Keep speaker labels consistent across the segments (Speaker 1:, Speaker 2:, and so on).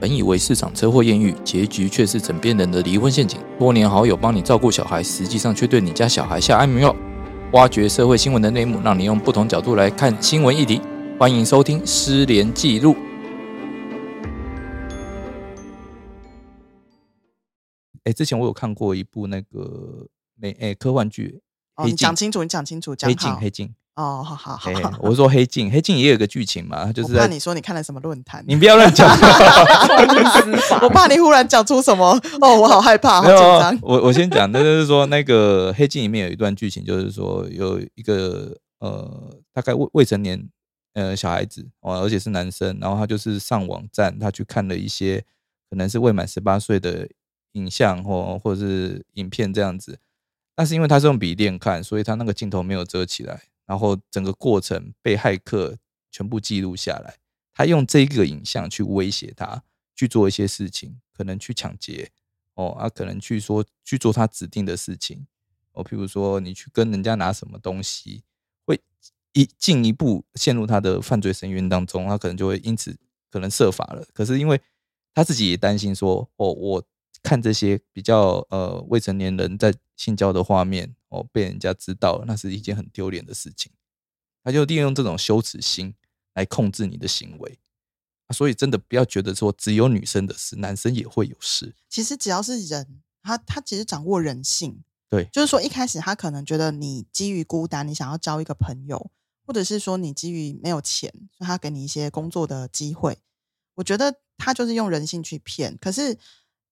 Speaker 1: 本以为市场车祸艳遇，结局却是枕边人的离婚陷阱。多年好友帮你照顾小孩，实际上却对你家小孩下安眠药。挖掘社会新闻的内幕，让你用不同角度来看新闻议题。欢迎收听《失联记录》。哎，之前我有看过一部那个美哎科幻剧黑
Speaker 2: 哦，你
Speaker 1: 镜
Speaker 2: 讲清楚，你讲清楚，
Speaker 1: 《
Speaker 2: 讲
Speaker 1: 黑镜》，
Speaker 2: 好
Speaker 1: 黑 镜，
Speaker 2: 哦，好好好
Speaker 1: 哎，， 我是说《黑镜》，《黑镜》也有个剧情嘛，它就
Speaker 2: 我
Speaker 1: 是
Speaker 2: 怕
Speaker 1: 在
Speaker 2: 你说你看了什么论坛，
Speaker 1: 你不要乱讲。
Speaker 2: 我怕你忽然讲出什么，哦，我好害怕，好
Speaker 1: 没
Speaker 2: 紧
Speaker 1: 有，啊
Speaker 2: 张。
Speaker 1: 我我先讲，那就是说那个《黑镜》里面有一段剧情，就是说有一个呃，大概未未成年呃小孩子哦，而且是男生，然后他就是上网站，他去看了一些可能是未满十八岁的影像或或者是影片这样子。但是因为他是用笔电看，所以他那个镜头没有遮起来，然后整个过程被骇客全部记录下来。他用这个影像去威胁他去做一些事情，可能去抢劫，哦，啊，可能去说去做他指定的事情，哦，譬如说你去跟人家拿什么东西，会一进一步陷入他的犯罪深渊当中，他可能就会因此可能设法了。可是因为他自己也担心说，哦，我看这些比较呃未成年人在性交的画面，哦，被人家知道了，那是一件很丢脸的事情。他就利用这种羞耻心来控制你的行为。啊所以真的不要觉得说只有女生的事，男生也会有事。
Speaker 2: 其实只要是人，他他其实掌握人性。
Speaker 1: 对
Speaker 2: 就是说一开始他可能觉得你基于孤单，你想要交一个朋友，或者是说你基于没有钱，所以他给你一些工作的机会。我觉得他就是用人性去骗。可是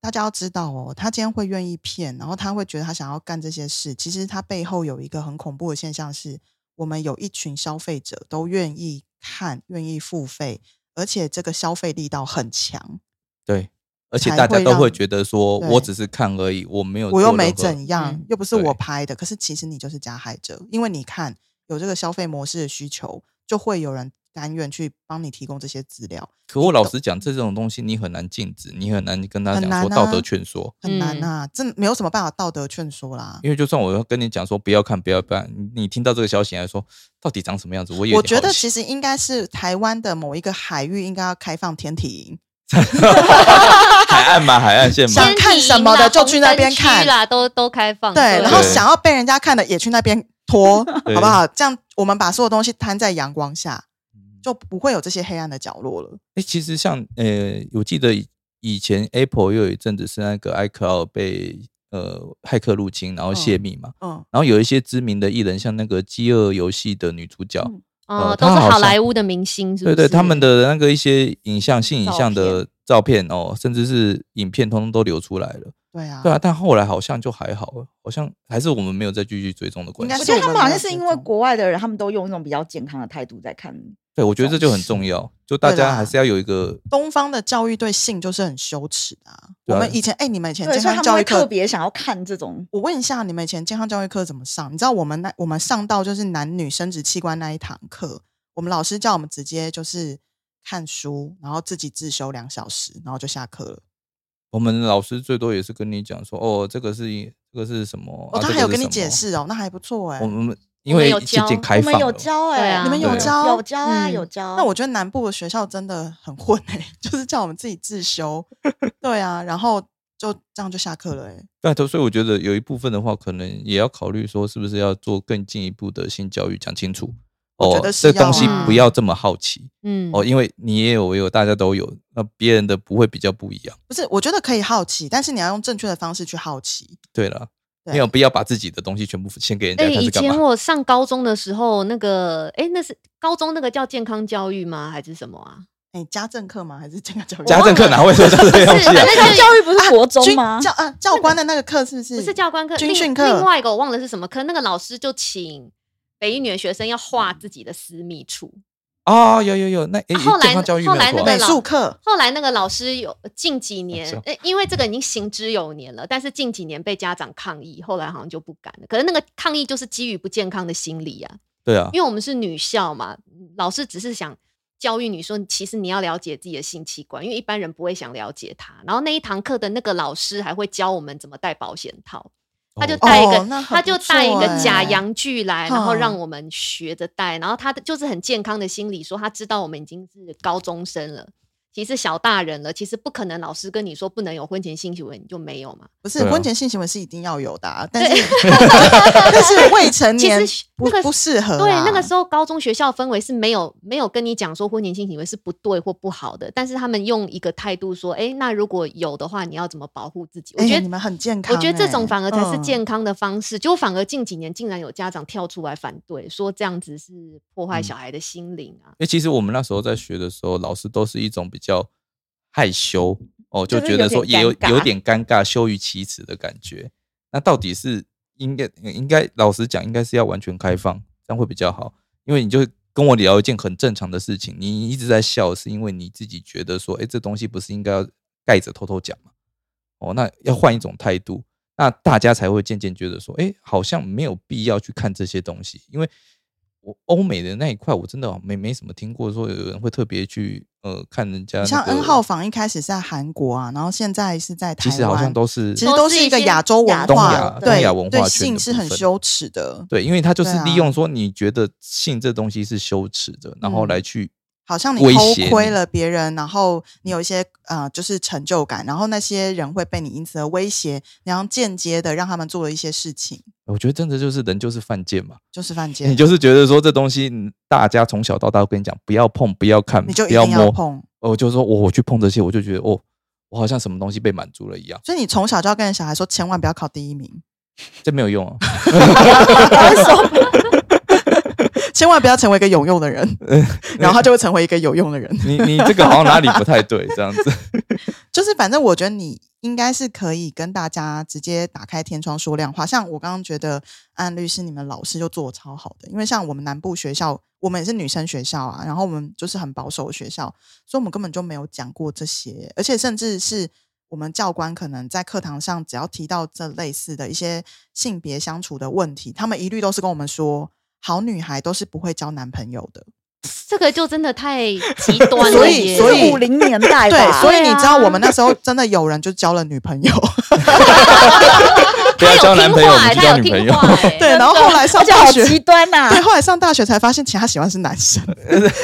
Speaker 2: 大家要知道哦，他今天会愿意骗，然后他会觉得他想要干这些事，其实他背后有一个很恐怖的现象是，我们有一群消费者都愿意看、愿意付费，而且这个消费力道很强。
Speaker 1: 对，而且
Speaker 2: 才
Speaker 1: 大家
Speaker 2: 会
Speaker 1: 都会
Speaker 2: 让
Speaker 1: 觉得说，
Speaker 2: 对
Speaker 1: 我只是看而已，我没有，
Speaker 2: 我又没怎。样，
Speaker 3: 嗯
Speaker 2: 又不是我
Speaker 1: 对
Speaker 2: 拍的，可是其实你就是加害者，因为你看有这个消费模式的需求，就会有人甘愿去帮你提供这些资料，
Speaker 1: 可我老实讲，这种东西你很难禁止，你很难跟他
Speaker 2: 很
Speaker 1: 讲
Speaker 2: 难
Speaker 1: 说道
Speaker 2: 啊
Speaker 1: 德劝说，
Speaker 2: 很难
Speaker 3: 嗯
Speaker 2: 啊，这没有什么办法道德劝说啦。
Speaker 1: 因为就算我要跟你讲说不要看，不要看，你你听到这个消息还说到底长什么样子，我也
Speaker 2: 我觉得
Speaker 1: 实
Speaker 2: 其实应该是台湾的某一个海域应该要开放天体营，
Speaker 1: 海岸嘛，海岸 线嘛
Speaker 2: 像，想看什么的就去那边
Speaker 3: 天体
Speaker 2: 看
Speaker 3: 营啦红灯区啦，都都开放。
Speaker 2: 对，然后想要被人家看的也去那边 拖，
Speaker 1: 对
Speaker 2: 好不好？这样我们把所有东西摊在阳光下，
Speaker 1: 嗯
Speaker 2: 就不会有这些黑暗的角落了。
Speaker 1: 哎、其实像呃，我记得以以前 Apple 又有一阵子是那个 iCloud 被呃骇客入侵，然后泄
Speaker 2: 嗯
Speaker 1: 密嘛，
Speaker 2: 嗯，
Speaker 1: 然后有一些知名的艺人，像那个《饥饿游戏》的女主角，
Speaker 3: 嗯
Speaker 1: 呃
Speaker 3: 哦，
Speaker 1: 他
Speaker 3: 都
Speaker 1: 好
Speaker 3: 是
Speaker 1: 像
Speaker 3: 好莱坞的明星，是不
Speaker 1: 对
Speaker 3: 是？
Speaker 1: 对，他们的那个一些影像、性影
Speaker 3: 照
Speaker 1: 像的照片哦，甚至是影片，通通都流出来了。
Speaker 2: 对啊，
Speaker 1: 对啊，但后来好像就还好了，好像还是我们没有再继续追踪的关
Speaker 2: 应该
Speaker 3: 我
Speaker 1: 系
Speaker 2: 是。
Speaker 3: 觉得啊他们好像是
Speaker 2: 我们
Speaker 3: 因
Speaker 2: 没有
Speaker 3: 为
Speaker 2: 追踪
Speaker 3: 国外的人，他们都用一种比较健康的态度在看。
Speaker 1: 对，我觉得这就很重要，就大
Speaker 2: 对
Speaker 1: 家
Speaker 2: 啦
Speaker 1: 还是要有一个
Speaker 2: 东方的教育对性就是很羞耻的、啊。
Speaker 1: 对啊
Speaker 2: 我们以前，哎、你们以前
Speaker 3: 对，
Speaker 2: 健
Speaker 3: 所以他
Speaker 2: 康教
Speaker 3: 们会
Speaker 2: 育
Speaker 3: 特
Speaker 2: 课，
Speaker 3: 别想要看这种。
Speaker 2: 我问一下，你们以前健康教育课怎么上？你知道我们那我们上到就是男女生殖器官那一堂课，我们老师叫我们直接就是看书，然后自己自修两小时，然后就下课了。
Speaker 1: 我们老师最多也是跟你讲说，哦，这个是这个是什么？
Speaker 2: 哦，
Speaker 1: 啊
Speaker 2: 他
Speaker 1: 这
Speaker 2: 还有
Speaker 1: 个是
Speaker 2: 跟你
Speaker 1: 什
Speaker 2: 解
Speaker 1: 么。
Speaker 2: 释哦，那还不错哎、
Speaker 1: 我们因
Speaker 3: 我们
Speaker 1: 为
Speaker 3: 有
Speaker 1: 渐渐
Speaker 3: 教
Speaker 1: 开
Speaker 3: 我
Speaker 1: 放
Speaker 3: 们有
Speaker 1: 了，
Speaker 3: 教
Speaker 4: 对
Speaker 3: 哎、
Speaker 4: 啊你们
Speaker 2: 有
Speaker 3: 对
Speaker 2: 教
Speaker 3: 有教啊，
Speaker 4: 嗯
Speaker 3: 有教。
Speaker 2: 那我觉得南部的学校真的很混哎、 就是叫我们自己自修，对啊，然后就这样就下课了哎、
Speaker 1: 对，啊所以我觉得有一部分的话，可能也要考虑说，是不是要做更进一步的性教育，讲清楚。
Speaker 2: 我
Speaker 1: 哦
Speaker 2: 觉得，是
Speaker 1: 这东西
Speaker 3: 要啊
Speaker 1: 不要这么好奇
Speaker 3: 嗯
Speaker 1: 哦，因为你也有，我有，大家都有，那别人的不会比较不一样。
Speaker 2: 不是，我觉得可以好奇，但是你要用正确的方式去好奇。
Speaker 1: 对了，
Speaker 2: 对
Speaker 1: 没有必要把自己的东西全部献给人家，
Speaker 4: 哎，
Speaker 1: 看
Speaker 4: 以
Speaker 1: 是干
Speaker 4: 前
Speaker 1: 嘛？
Speaker 4: 我上高中的时候，那个哎、那是高中那个叫健康教育吗？还是什 么啊？
Speaker 2: 哎、家政课吗？还是健康教育？
Speaker 1: 家政课哪 会说这个 东西
Speaker 4: 不
Speaker 1: 啊？
Speaker 4: 是
Speaker 3: 那教育不是国中吗？
Speaker 2: 军教啊，教官的那个课是不是？
Speaker 4: 不是教官课，
Speaker 2: 嗯军
Speaker 4: 另
Speaker 2: 训课
Speaker 4: 另外一个我忘了是什么课，那个老师就请北一女的学生要画自己的私密处。
Speaker 1: 哦，有有有，那哎，
Speaker 4: 后来
Speaker 1: 健康教育没
Speaker 4: 后来
Speaker 1: 有做啊
Speaker 4: 那个
Speaker 2: 美
Speaker 4: 老
Speaker 2: 术课。
Speaker 4: 后来那个老师有近几年
Speaker 1: 是哦，
Speaker 4: 呃因为这个已经行之有年了，但是近几年被家长抗议，后来好像就不敢了。可是那个抗议就是基于不健康的心理啊，
Speaker 1: 对啊，
Speaker 4: 因为我们是女校嘛，老师只是想教育你说，其实你要了解自己的性器官，因为一般人不会想了解它。然后那一堂课的那个老师还会教我们怎么戴保险套，他就
Speaker 1: 哦
Speaker 4: 带一个，
Speaker 2: 哦那很不
Speaker 4: 他就带一个
Speaker 2: 错
Speaker 4: 假
Speaker 2: 欸
Speaker 4: 洋具来，然后
Speaker 2: 嗯
Speaker 4: 让我们学着戴，然后他的就是很健康的心理，说他知道我们已经是高中生了，其实小大人了，其实不可能老师跟你说不能有婚前性行为，你就没有嘛。
Speaker 2: 不是
Speaker 1: 对啊
Speaker 2: 婚前性行为是一定要有的、啊，但 是但是未成
Speaker 4: 其
Speaker 2: 年
Speaker 4: 实
Speaker 2: 不、
Speaker 4: 那个
Speaker 2: 不适合啦。啊
Speaker 4: 对，那个时候高中学校氛围是没有没有跟你讲说婚前性行为是不对或不好的，但是他们用一个态度说，哎，那如果有的话，你要怎么保护自己？我
Speaker 2: 哎
Speaker 4: 觉得
Speaker 2: 你们很健康
Speaker 4: 我觉得这
Speaker 2: 哎
Speaker 4: 种反而才是
Speaker 2: 嗯
Speaker 4: 健康的方式。就反而近几年竟然有家长跳出来反对，说这样子是破坏
Speaker 1: 嗯
Speaker 4: 小孩的心灵啊。
Speaker 1: 因为其实我们那时候在学的时候，老师都是一种比较害羞哦，就
Speaker 3: 就是
Speaker 1: 觉得说
Speaker 3: 有点
Speaker 1: 也有
Speaker 3: 尴尬
Speaker 1: 有点尴尬、羞于启齿的感觉。那到底是应该应该老实讲，应该是要完全开放，这样会比较好。因为你就跟我聊一件很正常的事情，你一直在笑，是因为你自己觉得说，哎、这东西不是应该要盖着偷偷讲吗？哦，那要换一种态度，那大家才会渐渐觉得说，哎、好像没有必要去看这些东西，因为我欧美的那一块，我真的没没什么听过说有人会特别去呃看人家、那
Speaker 2: 你像
Speaker 1: 个
Speaker 2: N 号房一开始是在韩国啊，然后现在是在台
Speaker 1: 其
Speaker 2: 湾，
Speaker 1: 实好像都是
Speaker 2: 其实都是一个亚洲文
Speaker 1: 东
Speaker 2: 化
Speaker 1: 亚，
Speaker 2: 对
Speaker 1: 东亚文化
Speaker 2: 对
Speaker 1: 圈
Speaker 2: 性
Speaker 1: 的
Speaker 2: 是
Speaker 1: 部
Speaker 2: 很
Speaker 1: 分
Speaker 2: 羞耻的，
Speaker 1: 对，因为他就是
Speaker 2: 对啊
Speaker 1: 利用说你觉得性这东西是羞耻的，然后
Speaker 4: 嗯
Speaker 1: 来去
Speaker 2: 好像你
Speaker 1: 威
Speaker 2: 偷
Speaker 1: 胁
Speaker 2: 窥
Speaker 1: 你
Speaker 2: 了别人，然后你有一些呃就是成就感，然后那些人会被你因此而威胁，然后间接的让他们做了一些事情，
Speaker 1: 我觉得真的就是人就是犯贱嘛，
Speaker 2: 就是犯贱，
Speaker 1: 你就是觉得说这东西嗯大家从小到大都跟你讲不要碰、不要看、
Speaker 2: 你就一
Speaker 1: 不
Speaker 2: 定要
Speaker 1: 摸，
Speaker 2: 碰。
Speaker 1: 呃我就说我我去碰这些，我就觉得哦，我好像什么东西被满足了一样，
Speaker 2: 所以你从小就要跟小孩说，千万不要考第一名，
Speaker 1: 这没有用啊。
Speaker 2: 千万不要成为一个有用的 人，然后他就会成为一个有用的人。
Speaker 1: 你你这个好像哪里不太对，这样子。
Speaker 2: 就是反正我觉得你应该是可以跟大家直接打开天窗说亮话。像我刚刚觉得安律师你们老师就做的超好的，因为像我们南部学校，我们也是女生学校啊，然后我们就是很保守的学校，所以我们根本就没有讲过这些，而且甚至是。我们教官可能在课堂上只要提到这类似的一些性别相处的问题，他们一律都是跟我们说，好女孩都是不会交男朋友的。
Speaker 4: 这个就真的太 极端
Speaker 2: 所
Speaker 4: 了
Speaker 2: 以
Speaker 4: 耶。
Speaker 2: 所以
Speaker 3: 五零年代
Speaker 2: 对，
Speaker 3: 吧，
Speaker 2: 所以
Speaker 4: 对
Speaker 2: 你
Speaker 4: 啊
Speaker 2: 知道我们那时候真的有人就交了女朋 友，
Speaker 1: 不要交男朋友，
Speaker 4: 他
Speaker 1: 你
Speaker 4: 有
Speaker 1: 去
Speaker 4: 听话
Speaker 1: 交女朋友。
Speaker 4: 他有听话欸
Speaker 2: 对，然后后来上
Speaker 3: 哎而且
Speaker 2: 大
Speaker 3: 好
Speaker 2: 学，
Speaker 3: 极端
Speaker 1: 啊
Speaker 3: 啊呐、
Speaker 2: 对，后来上大学才发现，其实他喜欢是男 生，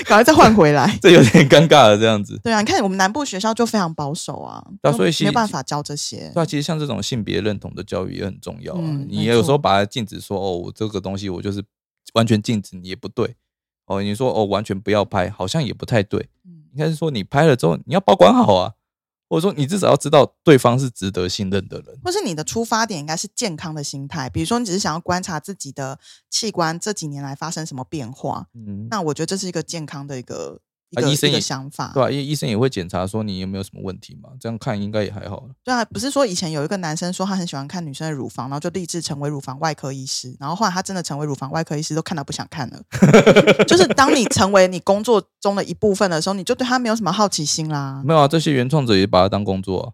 Speaker 2: 赶快再换回来。
Speaker 1: 这有点尴尬了，这样子。
Speaker 2: 对啊，你看我们南部学校就非常保守啊，
Speaker 1: 对啊
Speaker 2: 都
Speaker 1: 所以其
Speaker 2: 没有办
Speaker 1: 实
Speaker 2: 法教这些
Speaker 1: 对。啊，其实像这种性别认同的教育也很重要啊。
Speaker 2: 嗯
Speaker 1: 你
Speaker 2: 没
Speaker 1: 也有时
Speaker 2: 错
Speaker 1: 候把它禁止说，哦，我这个东西我就是完全禁止，你也不对。哦，你说哦，完全不要拍，好像也不太对。
Speaker 2: 嗯
Speaker 1: 应该是说你拍了之后，你要保管好啊，或者说你至少要知道对方是值得信任的人。
Speaker 2: 或是你的出发点应该是健康的心态，比如说你只是想要观察自己的器官这几年来发生什么变化，
Speaker 1: 嗯，
Speaker 2: 那我觉得这是一个健康的一个一
Speaker 1: 啊
Speaker 2: 个、
Speaker 1: 医生
Speaker 2: 一个
Speaker 1: 也
Speaker 2: 想法。
Speaker 1: 对啊，因为医生也会检查说你有没有什么问题嘛，这样看应该也还好啦。
Speaker 2: 对啊，不是说以前有一个男生说他很喜欢看女生的乳房，然后就立志成为乳房外科医师，然后后来他真的成为乳房外科医师，都看到不想看了。 就是当你成为你工作中的一部分的时候，你就对他没有什么好奇心啦。
Speaker 1: 没有啊，这些原创者也把它当工作、啊。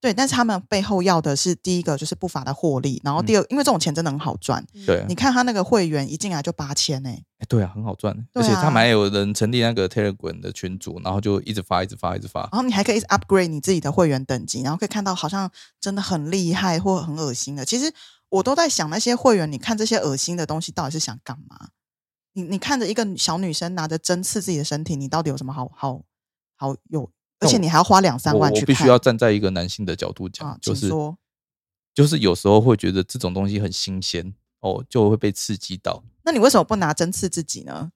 Speaker 2: 对，但是他们背后要的是第一个就是不法的获利，然后第二，因为这种钱真的很好赚，
Speaker 1: 嗯对啊
Speaker 4: 嗯
Speaker 2: 你，看他那个会员一进来就八千欸呢，
Speaker 1: 哎对啊，很好赚，
Speaker 2: 对
Speaker 1: 而且他们
Speaker 2: 啊
Speaker 1: 还有人成立那个 Telegram 的群组，然后就一直发，一直发，一直发。
Speaker 2: 然后你还可以一直 upgrade 你自己的会员等级，然后可以看到好像真的很厉害或很恶心的。其实我都在想，那些会员，你看这些恶心的东西到底是想干嘛？你你看着一个小女生拿着针刺自己的身体，你到底有什么好好好有？而
Speaker 1: 但
Speaker 2: 且
Speaker 1: 我
Speaker 2: 你还要花两三
Speaker 1: 我
Speaker 2: 万
Speaker 1: 我
Speaker 2: 去
Speaker 1: 必
Speaker 2: 看，
Speaker 1: 须要站在一个男性的角度讲，
Speaker 2: 啊，
Speaker 1: 就
Speaker 2: 请
Speaker 1: 是
Speaker 2: 说。
Speaker 1: 就是有时候会觉得这种东西很新鲜哦，就会被刺激 到，
Speaker 2: 那你为什么不拿针刺自己呢？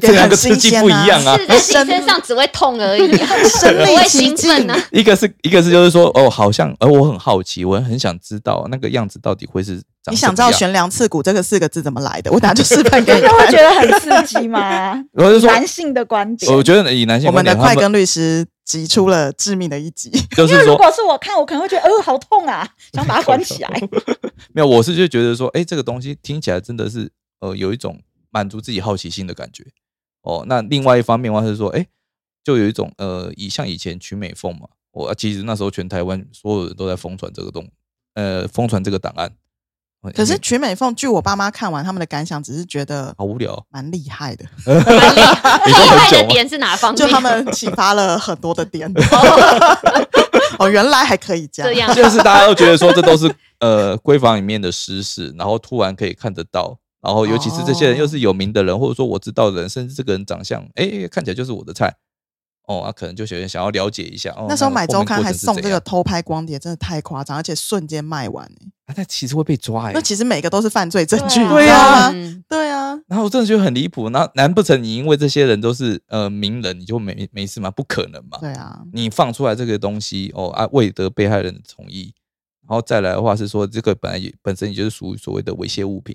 Speaker 1: 这两
Speaker 2: 很
Speaker 1: 个刺
Speaker 2: 新
Speaker 1: 激
Speaker 2: 鲜
Speaker 1: 不一
Speaker 2: 啊
Speaker 1: 样啊。
Speaker 4: 是在新身上只会痛而已、啊，
Speaker 2: 身
Speaker 4: 不
Speaker 2: 临
Speaker 4: 会
Speaker 2: 其
Speaker 4: 兴
Speaker 2: 境，
Speaker 4: 奋啊。
Speaker 1: 一个是一个是就是说哦，好像而、呃我很好奇，我很想知道那个样子到底会是长
Speaker 2: 你
Speaker 1: 什
Speaker 2: 想知
Speaker 1: 么
Speaker 2: 道“
Speaker 1: 样
Speaker 2: 悬梁刺股”这个四个字怎么来的？我等 下就示范给你
Speaker 3: 那会觉
Speaker 2: 看。
Speaker 3: 得很刺激吗？
Speaker 1: 然后 就说
Speaker 3: 男性的观点，
Speaker 1: 我觉得以男性
Speaker 2: 我们的
Speaker 1: 观
Speaker 2: 快
Speaker 1: 点
Speaker 2: 跟律师挤出了致命的一 击。
Speaker 1: 他们就
Speaker 3: 因
Speaker 1: 是
Speaker 3: 为如
Speaker 1: 说
Speaker 3: 果是我看，我可能会觉得，呃，好痛啊，想把它关 起来。
Speaker 1: 没有，我是就觉得说，哎、这个东西听起来真的是呃有一种满足自己好奇心的感觉哦。那另外一方面的话是说，哎、就有一种呃，以像以前曲美凤嘛，我、其实那时候全台湾所有人都在疯传这个东，呃，疯传这个档案。哦
Speaker 2: 可是
Speaker 1: 你
Speaker 2: 曲美凤，据我爸妈看完他们的感想，只是觉得
Speaker 1: 好无聊 哦，
Speaker 2: 蛮厉害的，
Speaker 4: 蛮厉害
Speaker 1: 你
Speaker 4: 厉
Speaker 1: 说
Speaker 4: 害
Speaker 1: 很
Speaker 4: 的
Speaker 1: 久吗？
Speaker 4: 点是哪方面？
Speaker 2: 就他们启发了很多的点。 哦，原来还可以这样。
Speaker 4: 这样啊
Speaker 1: 就是大家都觉得说这都是呃闺房里面的私事，然后突然可以看得到，然后尤其
Speaker 2: 哦
Speaker 1: 是这些人又是有名的人，或者说我知道的人，甚至这个人长相，哎、看起来就是我的菜哦，啊，可能就有人想要了解一下。哦，
Speaker 2: 那时候
Speaker 1: 个
Speaker 2: 买
Speaker 1: 后
Speaker 2: 周
Speaker 1: 面
Speaker 2: 刊
Speaker 1: 过
Speaker 2: 还
Speaker 1: 程是
Speaker 2: 送
Speaker 1: 怎
Speaker 2: 这个
Speaker 1: 样，
Speaker 2: 偷拍光碟，真的太夸张，而且瞬间卖完、欸。
Speaker 1: 啊那其实会被抓哎
Speaker 2: 那。其实每个都是犯罪证据，
Speaker 3: 对
Speaker 2: 你知道
Speaker 3: 啊
Speaker 2: 吗？
Speaker 4: 嗯
Speaker 2: 对啊，
Speaker 1: 然后我真的觉得很离谱。那难不成你因为这些人都是呃名人，你就没没事吗？不可能嘛！
Speaker 2: 对啊，
Speaker 1: 你放出来这个东西哦啊，未得被害人的同意，然后再来的话是说这个本来也本身也就是属于所谓的猥亵物品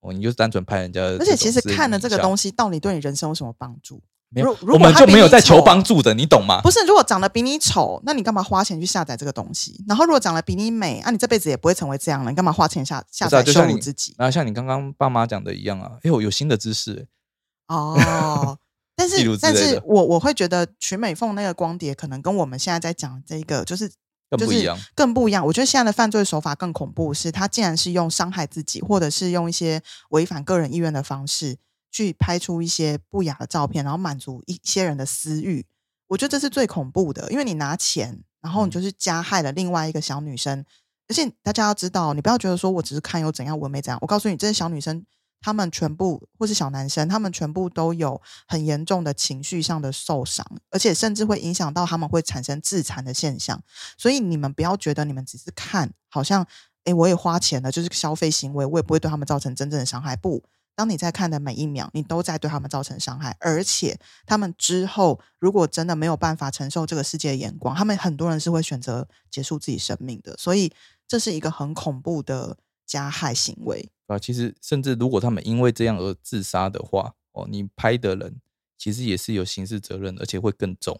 Speaker 1: 哦，你就是单纯拍人家的这
Speaker 2: 而
Speaker 1: 种
Speaker 2: 且
Speaker 1: 私
Speaker 2: 其
Speaker 1: 密影像。
Speaker 2: 实看了这个东西，到底对你人生有什么帮助？
Speaker 1: 没有
Speaker 2: 如如
Speaker 1: 我
Speaker 2: 果
Speaker 1: 们
Speaker 2: 他
Speaker 1: 就
Speaker 2: 比
Speaker 1: 没有
Speaker 2: 你
Speaker 1: 在求
Speaker 2: 丑
Speaker 1: 帮助的，你懂吗？
Speaker 2: 不是，如果长得比你丑，那你干嘛花钱去下载这个东西？然后如果长得比你美，啊，你这辈子也不会成为这样了，你干嘛花钱下下
Speaker 1: 不是啊
Speaker 2: 载
Speaker 1: 就
Speaker 2: 羞
Speaker 1: 像
Speaker 2: 辱
Speaker 1: 你
Speaker 2: 自己？
Speaker 1: 然后像你刚刚爸妈讲的一样啊，哎呦，有新的知识、欸，
Speaker 2: 哦， 但
Speaker 1: 例如之
Speaker 2: 是但
Speaker 1: 类
Speaker 2: 是
Speaker 1: 的
Speaker 2: 我我会觉得曲美凤那个光碟可能跟我们现在在讲的这个就是
Speaker 1: 更不一样
Speaker 2: 就。是、更不一样。我觉得现在的犯罪手法更恐怖，是他竟然是用伤害自己，或者是用一些违反个人意愿的方式去拍出一些不雅的照片，然后满足一些人的私欲。我觉得这是最恐怖的，因为你拿钱，然后
Speaker 1: 嗯
Speaker 2: 你就是加害了另外一个小女生。而且大家要知道，你不要觉得说我只是看又怎样，我没怎样。我告诉你，这些小女生。她们全部，或是小男生，他们全部都有很严重的情绪上的受伤，而且甚至会影响到他们会产生自残的现象。所以你们不要觉得你们只是看，好像诶我也花钱了，就是消费行为，我也不会对他们造成真正的伤害。不，当你在看的每一秒，你都在对他们造成伤害，而且他们之后如果真的没有办法承受这个世界的眼光，他们很多人是会选择结束自己生命的。所以这是一个很恐怖的加害行为。
Speaker 1: 啊，其实甚至如果他们因为这样而自杀的话，哦，你拍的人其实也是有刑事责任，而且会更重。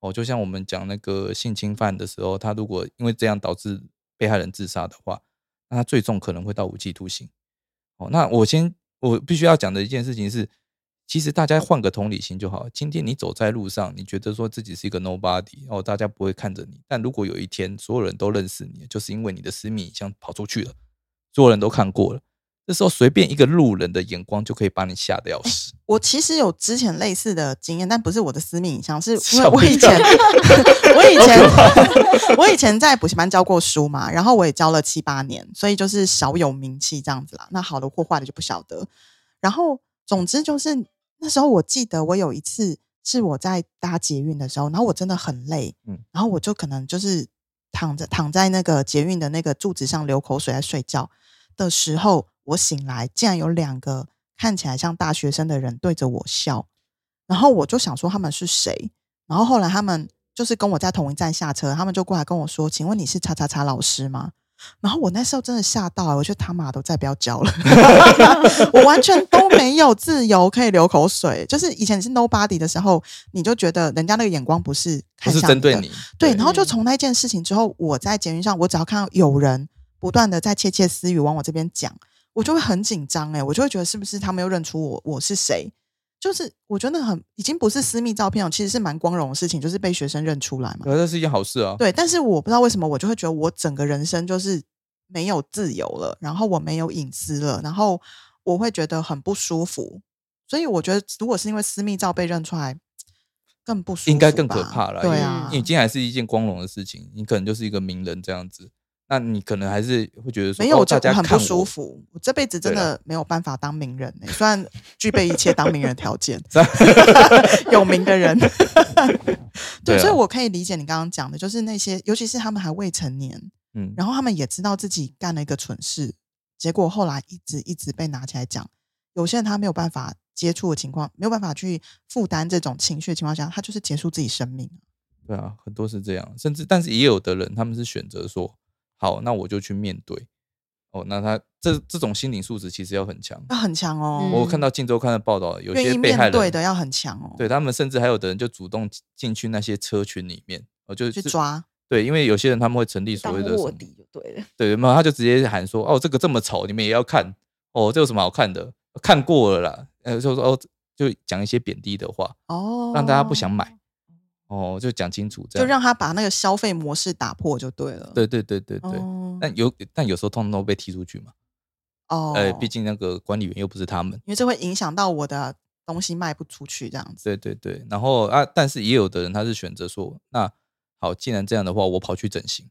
Speaker 1: 哦，就像我们讲那个性侵犯的时候，他如果因为这样导致被害人自杀的话，那他最重可能会到无期徒刑。哦，那我先我必须要讲的一件事情是，其实大家换个同理心就好。今天你走在路上，你觉得说自己是一个 nobody，哦，大家不会看着你。但如果有一天所有人都认识你，就是因为你的私密影像跑出去了，所有人都看过了。这时候随便一个路人的眼光就可以把你吓得要死。
Speaker 2: 我其实有之前类似的经验，但不是我的私密影像，是因
Speaker 1: 吓
Speaker 2: 为
Speaker 1: 我
Speaker 2: 我
Speaker 1: 一
Speaker 2: 以
Speaker 1: 跳
Speaker 2: 前 我以前 我以前在补习班教过书嘛，然后我也教了七八年，所以就是小有名气这样子啦。那好的或坏的就不晓得。然后总之就是那时候我记得我有一次是我在搭捷运的时候，然后我真的很累，
Speaker 1: 嗯
Speaker 2: 嗯，然后我就可能就是躺着躺在那个捷运的那个柱子上流口水在睡觉的时候，我醒来竟然有两个看起来像大学生的人对着我笑，然后我就想说他们是谁，然后后来他们就是跟我在同一站下车，他们就过来跟我说：“请问你是叉叉叉老师吗？”然后我那时候真的吓到、欸我觉得他妈都再不要教了， 我完全都没有自由可以流口水。就是以前你是 nobody 的时候，你就觉得人家那个眼光不是
Speaker 1: 不
Speaker 2: 看
Speaker 1: 是
Speaker 2: 向
Speaker 1: 针对
Speaker 2: 的
Speaker 1: 你，
Speaker 2: 对，然后就
Speaker 4: 嗯
Speaker 2: 从那件事情之后，我在捷运上，我只要看到有人不断的在窃窃私语往我这边讲，我就会很紧张，哎，我就会觉得是不是他们又认出我我是谁？就是我觉得很已经不是私密照片了，其实是蛮光荣的事情，就是被学生认出来嘛。
Speaker 1: 对，这是一件好事啊。
Speaker 2: 对，但是我不知道为什么，我就会觉得我整个人生就是没有自由了，然后我没有隐私了，然后我会觉得很不舒服。所以我觉得，如果是因为私密照被认出来，更不舒服吧，
Speaker 1: 应该更可怕啦
Speaker 2: 对
Speaker 1: 因为
Speaker 2: 啊，
Speaker 1: 你已经还是一件光荣的事情，你可能就是一个名人这样子，那你可能还是会觉得说，
Speaker 2: 没有，
Speaker 1: 哦
Speaker 2: 我
Speaker 1: 大
Speaker 2: 就
Speaker 1: 家
Speaker 2: 很
Speaker 1: 看
Speaker 2: 不
Speaker 1: 我
Speaker 2: 舒。服。我这辈子真
Speaker 1: 对啊啦
Speaker 2: 的没有办法当名人、欸，虽然具备一切当名人条 件， 有名的人。
Speaker 1: 对
Speaker 2: 对，所以
Speaker 1: 啊
Speaker 2: 我可以理解你刚刚讲的，就是那些，尤其是他们还未成年，
Speaker 1: 嗯，
Speaker 2: 然后他们也知道自己干了一个蠢事，结果后来一直一直被拿起来讲。有些人他没有办法接触的情况，没有办法去负担这种情绪的情况下，他就是结束自己生命。
Speaker 1: 对啊，很多是这样，甚至但是也有的人他们是选择说，好，那我就去面对。哦，那他这这种心理素质其实要很强。
Speaker 2: 那很强哦，
Speaker 1: 我看到《镜周刊》的报道，嗯有
Speaker 2: 愿
Speaker 1: 些
Speaker 2: 意
Speaker 1: 被害
Speaker 2: 面
Speaker 1: 人
Speaker 2: 对的要很强哦，
Speaker 1: 对他们甚至还有的人就主动进去那些车群里面，哦，就
Speaker 2: 去
Speaker 1: 是
Speaker 2: 抓。
Speaker 1: 对，因为有些人他们会成立所
Speaker 3: 当
Speaker 1: 谓的什
Speaker 3: 卧
Speaker 1: 么
Speaker 3: 底就对了。
Speaker 1: 对，没有，他就直接喊说：“哦，这个这么丑，你们也要看？哦，这有什么好看的？看过了啦。”呃，就说哦，就讲一些贬低的话，
Speaker 2: 哦，
Speaker 1: 让大家不想买。哦，就讲清楚这样。
Speaker 2: 就让他把那个消费模式打破就对了。
Speaker 1: 对对对对对。
Speaker 2: 哦，
Speaker 1: 但有但有时候通常都被踢出去嘛，
Speaker 2: 哦，
Speaker 1: 呃，毕竟那个管理员又不是他们。
Speaker 2: 因为这会影响到我的东西卖不出去这样子。
Speaker 1: 对对对，然后啊，但是也有的人他是选择说，那好，既然这样的话，我跑去整形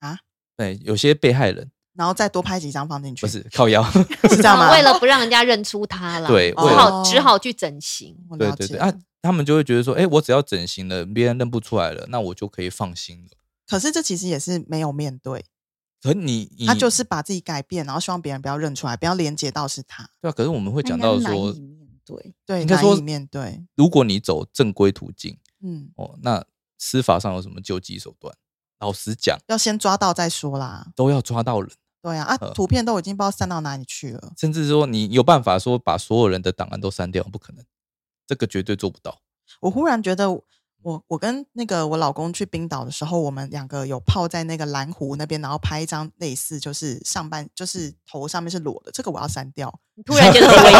Speaker 2: 啊。
Speaker 1: 对，有些被害人
Speaker 2: 然后再多拍几张放进去，
Speaker 1: 不是靠腰，
Speaker 4: 哦
Speaker 2: 是这样吗？哦
Speaker 4: 为了不让人家认出他啦，
Speaker 1: 对
Speaker 4: 只
Speaker 1: 为
Speaker 2: 了
Speaker 4: 好只好去整形。
Speaker 2: 我
Speaker 1: 对
Speaker 2: 哦了
Speaker 1: 对对
Speaker 2: 解
Speaker 1: 啊，他们就会觉得说，哎、我只要整形了，别人认不出来了，那我就可以放心了。
Speaker 2: 可是这其实也是没有面对，
Speaker 1: 可你你
Speaker 2: 他就是把自己改变，然后希望别人不要认出来，不要连接到是他。
Speaker 1: 对啊，可是我们会
Speaker 3: 会
Speaker 1: 讲到说，
Speaker 3: 对，
Speaker 2: 对，
Speaker 1: 应该
Speaker 2: 难
Speaker 1: 说
Speaker 2: 以面对，
Speaker 1: 如果你走正规途径
Speaker 2: 嗯，
Speaker 1: 哦，那司法上有什么救济手段？老实讲，
Speaker 2: 要先抓到再说啦。
Speaker 1: 都要抓到人，
Speaker 2: 对啊，啊，
Speaker 1: 呃
Speaker 2: 图片都已经不知道散到哪里去了。
Speaker 1: 甚至说你有办法说把所有人的档案都删掉，不可能，这个绝对做不到。
Speaker 2: 我忽然觉得我，我我跟那个我老公去冰岛的时候，我们两个有泡在那个蓝湖那边，然后拍一张类似就是上半就是头上面是裸的，这个我要删掉。
Speaker 4: 突 然觉得很危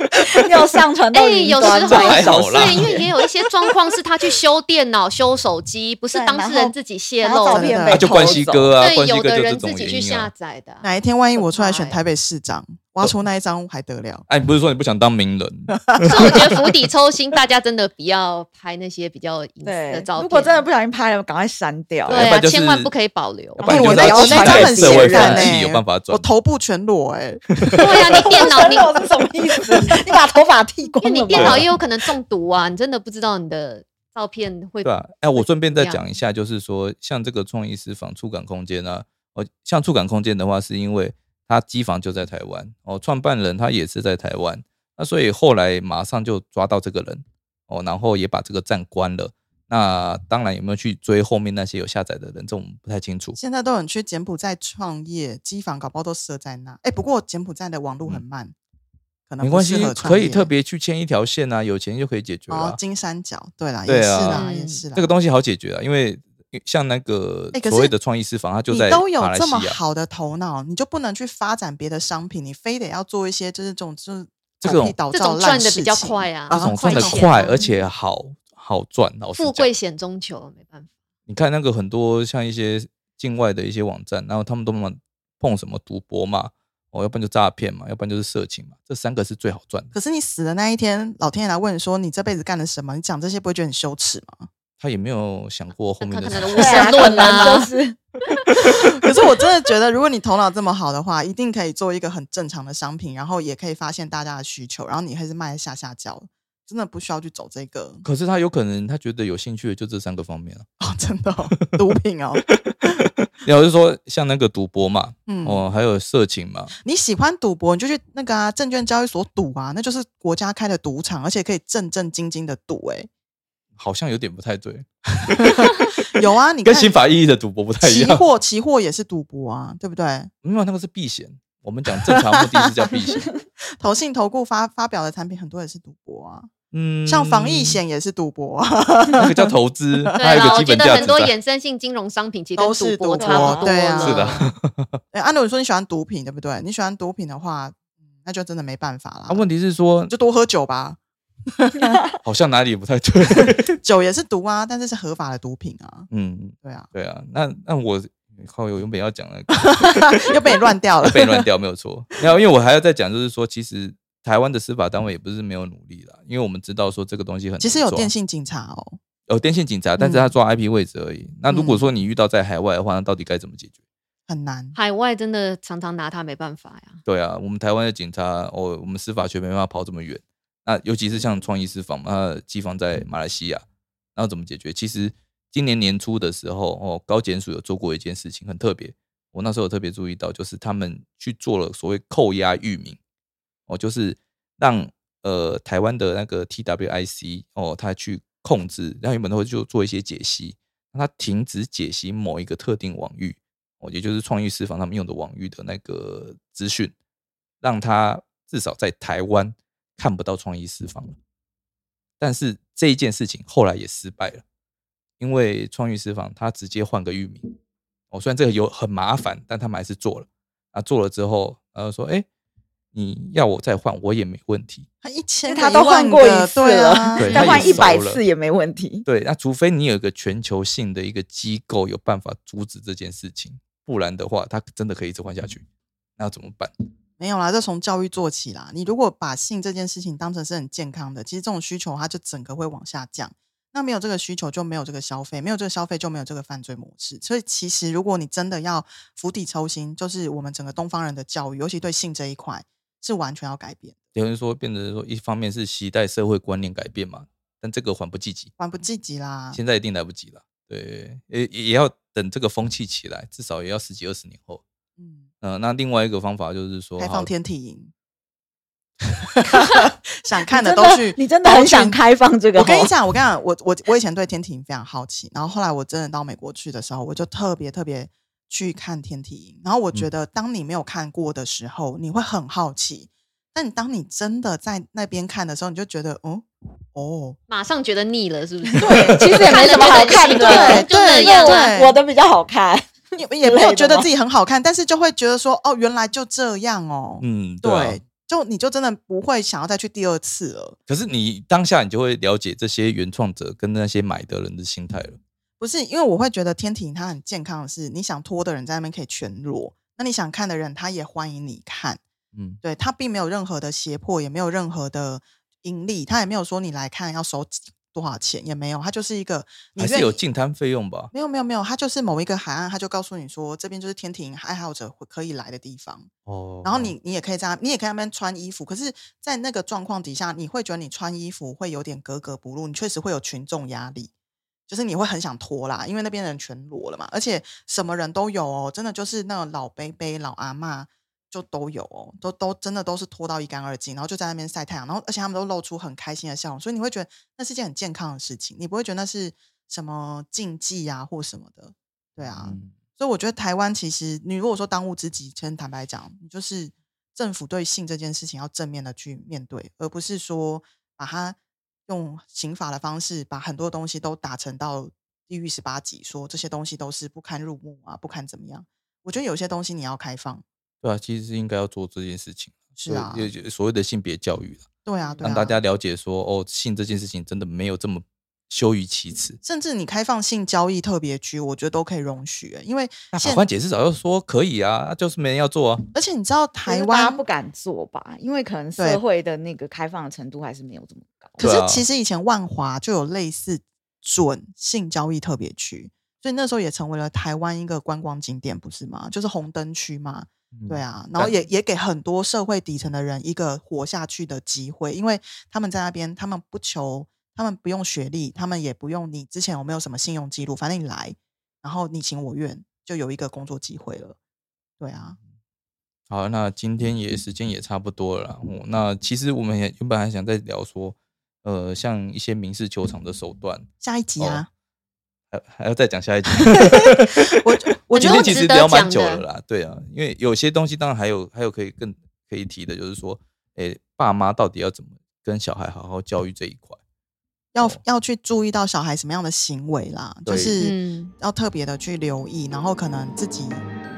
Speaker 4: 险。
Speaker 3: 要上传到
Speaker 4: 哎，
Speaker 3: 云
Speaker 4: 有时
Speaker 3: 端
Speaker 4: 候
Speaker 1: 这还好啦
Speaker 4: 对，因为也有一些状况是他去修电脑、修手机，不是
Speaker 3: 对
Speaker 4: 当事
Speaker 3: 然
Speaker 4: 人
Speaker 3: 后
Speaker 4: 自己泄
Speaker 3: 然
Speaker 4: 露
Speaker 3: 后照
Speaker 4: 的
Speaker 2: 片
Speaker 3: 片
Speaker 2: 被
Speaker 3: 被
Speaker 1: 啊，就关西哥啊，关
Speaker 4: 对，
Speaker 1: 西
Speaker 4: 有
Speaker 1: 哥
Speaker 4: 的
Speaker 1: 就这
Speaker 4: 人自
Speaker 1: 种
Speaker 4: 己
Speaker 1: 原
Speaker 4: 去
Speaker 1: 因
Speaker 4: 下
Speaker 1: 啊。
Speaker 4: 载的啊。
Speaker 2: 哪一天万一我出来选
Speaker 4: 可怕欸
Speaker 2: 台北市长，我
Speaker 1: 哦
Speaker 2: 要出那一张还得了？
Speaker 1: 哎，你不是说你不想当名 人？
Speaker 4: 所以我觉得釜底抽薪，大家真的不要拍那些比较隐私的
Speaker 3: 对
Speaker 4: 照，片。
Speaker 3: 如果真的不小心拍了，赶快删掉。
Speaker 1: 要
Speaker 4: 对
Speaker 1: 不
Speaker 4: 啊，
Speaker 1: 然就是
Speaker 4: 千万不可以保留。啊
Speaker 1: 要不然就
Speaker 2: 哎我
Speaker 1: 是
Speaker 2: 那
Speaker 1: 要
Speaker 2: 我那
Speaker 1: 传
Speaker 2: 张
Speaker 1: 给
Speaker 2: 很
Speaker 1: 社
Speaker 2: 显
Speaker 1: 会
Speaker 2: 然
Speaker 1: 风
Speaker 2: 欸
Speaker 1: 气有办法转
Speaker 2: 我。头部全裸哎、
Speaker 4: 对 啊，你电脑你
Speaker 3: 删掉是什么意思？ 你把头发剃光
Speaker 4: 因为
Speaker 3: 了
Speaker 4: 你
Speaker 3: 吗？
Speaker 4: 电脑也有可能中毒啊，你真的不知道你的照片会
Speaker 1: 对啊，哎，我顺便再
Speaker 4: 怎么样
Speaker 1: 讲一下，就是说，像这个创意私房触感空间啊，哦，像触感空间的话，是因为它机房就在台湾，哦，创办人他也是在台湾，那所以后来马上就抓到这个人，哦，然后也把这个站关了。那当然有没有去追后面那些有下载的人，这我们不太清楚。
Speaker 2: 现在都有人去柬埔寨创业，机房搞不好都设在那。哎，不过柬埔寨的网络很慢，可
Speaker 1: 嗯
Speaker 2: 能
Speaker 1: 没
Speaker 2: 不
Speaker 1: 关
Speaker 2: 适
Speaker 1: 系
Speaker 2: 合，创
Speaker 1: 可以
Speaker 2: 业
Speaker 1: 特别去牵一条线啊，有钱就可以解决了、
Speaker 2: 哦，金三角，对啦，
Speaker 1: 对
Speaker 2: 也是
Speaker 1: 啊
Speaker 2: 啦，也
Speaker 4: 嗯
Speaker 2: 是啦。
Speaker 1: 这个东西好解决啊，因为像那个
Speaker 2: 哎可是
Speaker 1: 所谓的创意私房，它就
Speaker 2: 你
Speaker 1: 在
Speaker 2: 都有
Speaker 1: 马来
Speaker 2: 这
Speaker 1: 西
Speaker 2: 么
Speaker 1: 亚。
Speaker 2: 好的头脑，你就不能去发展别的商品，你非得要做一些就是这种就是
Speaker 1: 这
Speaker 2: 狗屁
Speaker 1: 种
Speaker 2: 倒
Speaker 4: 这
Speaker 2: 灶
Speaker 4: 种
Speaker 2: 烂
Speaker 4: 赚得
Speaker 2: 事
Speaker 4: 比较
Speaker 2: 情
Speaker 4: 快啊
Speaker 1: 这种
Speaker 4: 快
Speaker 1: 赚的
Speaker 4: 钱
Speaker 1: 快，
Speaker 4: 啊
Speaker 1: 而且好好赚。老实
Speaker 4: 富
Speaker 1: 讲
Speaker 4: 贵，险中求，没办法。
Speaker 1: 你看那个很多像一些境外的一些网站，然后他们都嘛碰什么赌博嘛，哦，要不然就诈骗嘛，要不然就是色情嘛，这三个是最好赚的。
Speaker 2: 可是你死的那一天，老天爷来问你说你这辈子干了什么？你讲这些不会觉得很羞耻吗？
Speaker 1: 他也没有想过后面
Speaker 4: 他
Speaker 1: 的
Speaker 4: 可
Speaker 1: 事
Speaker 4: 能
Speaker 1: 情
Speaker 4: 无。
Speaker 3: 对啊
Speaker 4: 神论
Speaker 3: 可能
Speaker 4: 啊
Speaker 3: 就是
Speaker 2: 可是我真的觉得，如果你头脑这么好的话，一定可以做一个很正常的商品，然后也可以发现大家的需求，然后你还是卖得下下焦，真的不需要去走这个
Speaker 1: 可是他有可能他觉得有兴趣的就这三个方面啊，
Speaker 2: 哦，真的、哦、毒品哦，
Speaker 1: 要是说像那个赌博嘛，
Speaker 2: 嗯，
Speaker 1: 哦，还有色情嘛，
Speaker 2: 你喜欢赌博，你就去那个啊证券交易所赌啊，那就是国家开的赌场，而且可以正正经经的赌、 欸。
Speaker 1: 好像有点不太对，
Speaker 2: 有啊，你看
Speaker 1: 跟刑法意义的赌博不太一
Speaker 2: 期
Speaker 1: 样。
Speaker 2: 货，期货也是赌博啊，对不对？
Speaker 1: 没有，那个是避险。我们讲正常目的是叫避险，
Speaker 2: 投信投顾发发表的产品很多也是赌博啊，
Speaker 1: 嗯，
Speaker 2: 像防疫险也是赌博啊，
Speaker 1: 那个叫投资，它 有
Speaker 4: 对
Speaker 1: 一
Speaker 4: 啦，
Speaker 1: 个
Speaker 4: 我
Speaker 1: 基
Speaker 4: 觉
Speaker 1: 本
Speaker 4: 得
Speaker 1: 价值在。
Speaker 4: 很多衍生性金融商品其实
Speaker 2: 都
Speaker 4: 跟
Speaker 2: 是
Speaker 4: 赌博
Speaker 2: 赌
Speaker 4: 差不
Speaker 2: 博
Speaker 4: 多
Speaker 2: 对
Speaker 4: 了。
Speaker 2: 啊
Speaker 1: 是的，
Speaker 2: 哎，按理说你喜欢毒品，对不对？你喜欢毒品的话，嗯那就真的没办法啦。
Speaker 1: 啊，问题是说
Speaker 2: 你就多喝酒吧，
Speaker 1: 好像哪里不太对。
Speaker 2: 酒也是毒啊，但是是合法的毒品啊，
Speaker 1: 嗯，，
Speaker 2: 对啊
Speaker 1: 对啊，那那我靠，我原本要讲的
Speaker 2: 又被你乱掉了。
Speaker 1: 被 乱掉没有错， 没有，因为我还要再讲，就是说，其实台湾的司法单位也不是没有努力啦，因为我们知道说这个东西很
Speaker 2: 其实
Speaker 1: 难
Speaker 2: 有
Speaker 1: 抓
Speaker 2: 电信警察哦，
Speaker 1: 有电信警察，但是
Speaker 4: 嗯
Speaker 1: 他抓 IP 位置而已。那如果
Speaker 2: 嗯
Speaker 1: 说你遇到在海外的话，那到底该怎么解决？
Speaker 2: 很难。
Speaker 4: 海外真的常常拿它没办法呀。
Speaker 1: 对啊，我们台湾的警察，哦，我们司法学没办法跑这么远。那尤其是像创意司法嘛，它的机房在马来西亚，那要怎么解决？其实今年年初的时候，哦，高检署有做过一件事情，很特别。我那时候有特别注意到，就是他们去做了所谓扣押域名，哦，就是让呃台湾的那个 TWIC 哦，他去控制，然后原本都会就做一些解析，让他停止解析某一个特定网域，哦，也就是创意私房他们用的网域的那个资讯，让他至少在台湾看不到创意私房了。但是这一件事情后来也失败了，因为创意私房他直接换个域名，哦，虽然这个有很麻烦，但他们还是做了。啊，做了之后，呃，说，哎、你要我再换，我也没问题。
Speaker 2: 他一
Speaker 3: 因
Speaker 2: 千
Speaker 3: 为
Speaker 2: 个，
Speaker 3: 他都换过一
Speaker 2: 一
Speaker 3: 次
Speaker 2: 万个对
Speaker 3: 了
Speaker 2: 啊，
Speaker 1: 对，
Speaker 3: 再
Speaker 1: 他
Speaker 3: 换
Speaker 1: 也
Speaker 3: 一百
Speaker 1: 熟了
Speaker 3: 次也没问题。
Speaker 1: 对，那除非你有一个全球性的一个机构有办法阻止这件事情，不然的话，它真的可以一直换下去。那要怎么办？
Speaker 2: 没有啦，这从教育做起啦。你如果把性这件事情当成是很健康的，其实这种需求它就整个会往下降。那没有这个需求就没有这个消费，没有这个消费就没有这个犯罪模式。所以其实如果你真的要釜底抽薪，就是我们整个东方人的教育，尤其对性这一块是完全要改变。
Speaker 1: 等于说变成说，一方面是期待社会观念改变嘛，但这个缓不济急，
Speaker 2: 还不积极啦。
Speaker 1: 现在一定来不及了。对，也也要等这个风气起来，至少也要十几二十年后。
Speaker 2: 嗯，
Speaker 1: 嗯、那另外一个方法就是说，
Speaker 2: 开
Speaker 1: 好
Speaker 2: 放天体 营，想看的都去，
Speaker 3: 你真的很想
Speaker 2: 看。
Speaker 3: 开放这个哦。
Speaker 2: 我跟你讲，我跟你讲，我我我以前对天体营非常好奇，然后后来我真的到美国去的时候，我就特别特别去看天体营。然后我
Speaker 3: 嗯
Speaker 2: 觉得，当你没有看过的时候，你会很好奇；但当你真的在那边看的时候，你就觉得，哦哦，
Speaker 4: 马上觉得腻了，是不是？
Speaker 3: 对，其实也没什么好看的，
Speaker 4: 对就那
Speaker 2: 对
Speaker 4: 样啊。
Speaker 2: 对
Speaker 3: 我的比较好看。
Speaker 2: 也也没有觉得自己很好看，但是就会觉得说，哦，原来就这样哦。
Speaker 1: 嗯，
Speaker 3: 啊
Speaker 1: 对,、
Speaker 2: 对，就你就真的不会想要再去第二次了。
Speaker 1: 可是你当下你就会了解这些原创者跟那些买的人的心态了。
Speaker 2: 不是，因为我会觉得天体它很健康的是，你想脱的人在那边可以全裸，那你想看的人他也欢迎你看，
Speaker 1: 嗯，
Speaker 2: 对他并没有任何的胁迫，也没有任何的盈利，他也没有说你来看要收几多少钱，也没有，他就是一个你
Speaker 1: 还是
Speaker 2: 愿
Speaker 1: 有
Speaker 2: 意
Speaker 1: 进摊费用吧？
Speaker 2: 没有没有没有，他就是某一个海岸，他就告诉你说这边就是天体爱好者会可以来的地方，
Speaker 1: 哦，
Speaker 2: 然后你你也可以在那你也可以在那边穿衣服，可是，在那个状况底下，你会觉得你穿衣服会有点格格不入，你确实会有群众压力，就是你会很想脱啦，因为那边的人全裸了嘛，而且什么人都有哦，真的就是那种老伯伯、老阿嬷就都有哦，都都真的都是脱到一干二净，然后就在那边晒太阳，然后而且他们都露出很开心的笑容，所以你会觉得那是件很健康的事情，你不会觉得那是什么禁忌啊或什么的，对啊，
Speaker 1: 嗯
Speaker 2: 所以我觉得台湾其实，你如果说当务之急，先坦白讲，你就是政府对性这件事情要正面的去面对，而不是说把它用刑法的方式把很多东西都打成到地狱十八级，说这些东西都是不堪入目啊，不堪怎么样。我觉得有些东西你要开放，
Speaker 1: 对啊，其实是应该要做这件事情，
Speaker 2: 是啊，
Speaker 1: 就就所谓的性别教育啦
Speaker 2: 对啊，对
Speaker 1: 让
Speaker 2: 啊，
Speaker 1: 大家了解说，哦，性这件事情真的没有这么羞于启齿。
Speaker 2: 甚至你开放性交易特别区，我觉得都可以容许、欸因为
Speaker 1: 那法
Speaker 2: 现
Speaker 1: 官解释早就说可以啊，就是没人要做啊。
Speaker 2: 而且你知道
Speaker 3: 台
Speaker 2: 台
Speaker 3: 湾
Speaker 2: 湾
Speaker 3: 不敢做吧，因为可能
Speaker 2: 对
Speaker 3: 社会的那个开放的程度还是没有这么高。
Speaker 2: 可
Speaker 1: 对啊
Speaker 2: 是其实以前万华就有类似准性交易特别区，所以那时候也成为了台湾一个观光景点，不是吗？就是红灯区嘛，对
Speaker 1: 啊，
Speaker 2: 啊，然后
Speaker 1: 但
Speaker 2: 也也给很多社会底层的人一个活下去的机会，因为他们在那边，他们不求，他们不用学历，他们也不用你之前有没有什么信用记录，反正你来，然后你情我愿，就有一个工作机会了。对啊，
Speaker 1: 好，那今天也时间也差不多了啦、哦那其实我们也原本还想再聊说，呃，像一些民事球场的手段，
Speaker 2: 下一集
Speaker 1: 哦
Speaker 2: 啊，
Speaker 1: 还还要再讲下一集。
Speaker 2: 我我
Speaker 1: 今
Speaker 2: 觉得
Speaker 1: 天
Speaker 2: 我
Speaker 1: 其
Speaker 4: 值
Speaker 1: 实
Speaker 4: 得
Speaker 1: 聊蛮
Speaker 4: 讲
Speaker 1: 久了
Speaker 4: 的
Speaker 1: 啦，对啊，因为有些东西当然还有还有可以更可以提的，就是说，诶、爸妈到底要怎么跟小孩好好教育这一块？
Speaker 2: 要
Speaker 1: 哦
Speaker 2: 要去注意到小孩什么样的行为啦，就
Speaker 1: 对
Speaker 2: 是。
Speaker 4: 嗯，
Speaker 2: 要特别的去留意，然后可能自己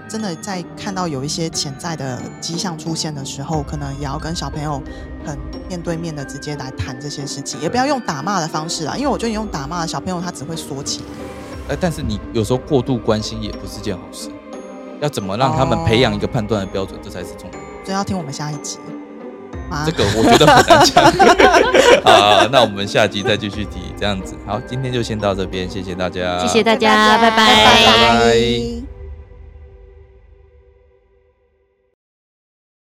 Speaker 2: 真的在看到有一些潜在的迹象出现的时候，可能也要跟小朋友很面对面的直接来谈这些事情，也不要用打骂的方式啦，因为我觉得你用打骂，小朋友他只会缩起来。
Speaker 1: 呃，但是你有时候过度关心也不是件好事。要怎么让他们培养
Speaker 2: 哦
Speaker 1: 一个判断的标准，这才是重点。
Speaker 2: 所以要听我们下一集啊
Speaker 1: 这，个我觉得很难讲。好，那我们下集再继续提，嗯这样子。好，今天就先到这边，谢谢大家，
Speaker 4: 谢谢大
Speaker 3: 谢谢大
Speaker 4: 家，
Speaker 3: 家拜
Speaker 1: 拜拜
Speaker 2: 拜